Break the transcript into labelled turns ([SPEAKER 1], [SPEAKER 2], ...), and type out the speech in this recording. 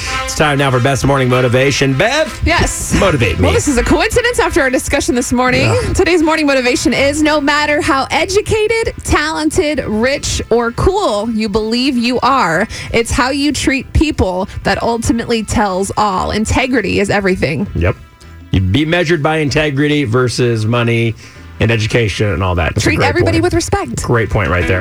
[SPEAKER 1] It's time now for Best Morning Motivation. Beth,
[SPEAKER 2] Yes.
[SPEAKER 1] motivate me.
[SPEAKER 2] Well, this is a coincidence after our discussion this morning. Today's morning motivation is no matter how educated, talented, rich, or cool you believe you are, it's how you treat people that ultimately tells all. Integrity is everything.
[SPEAKER 1] Yep. You'd be measured by integrity versus money and education and all that. That's a
[SPEAKER 2] Treat
[SPEAKER 1] great
[SPEAKER 2] everybody
[SPEAKER 1] point.
[SPEAKER 2] with respect.
[SPEAKER 1] Great point right there.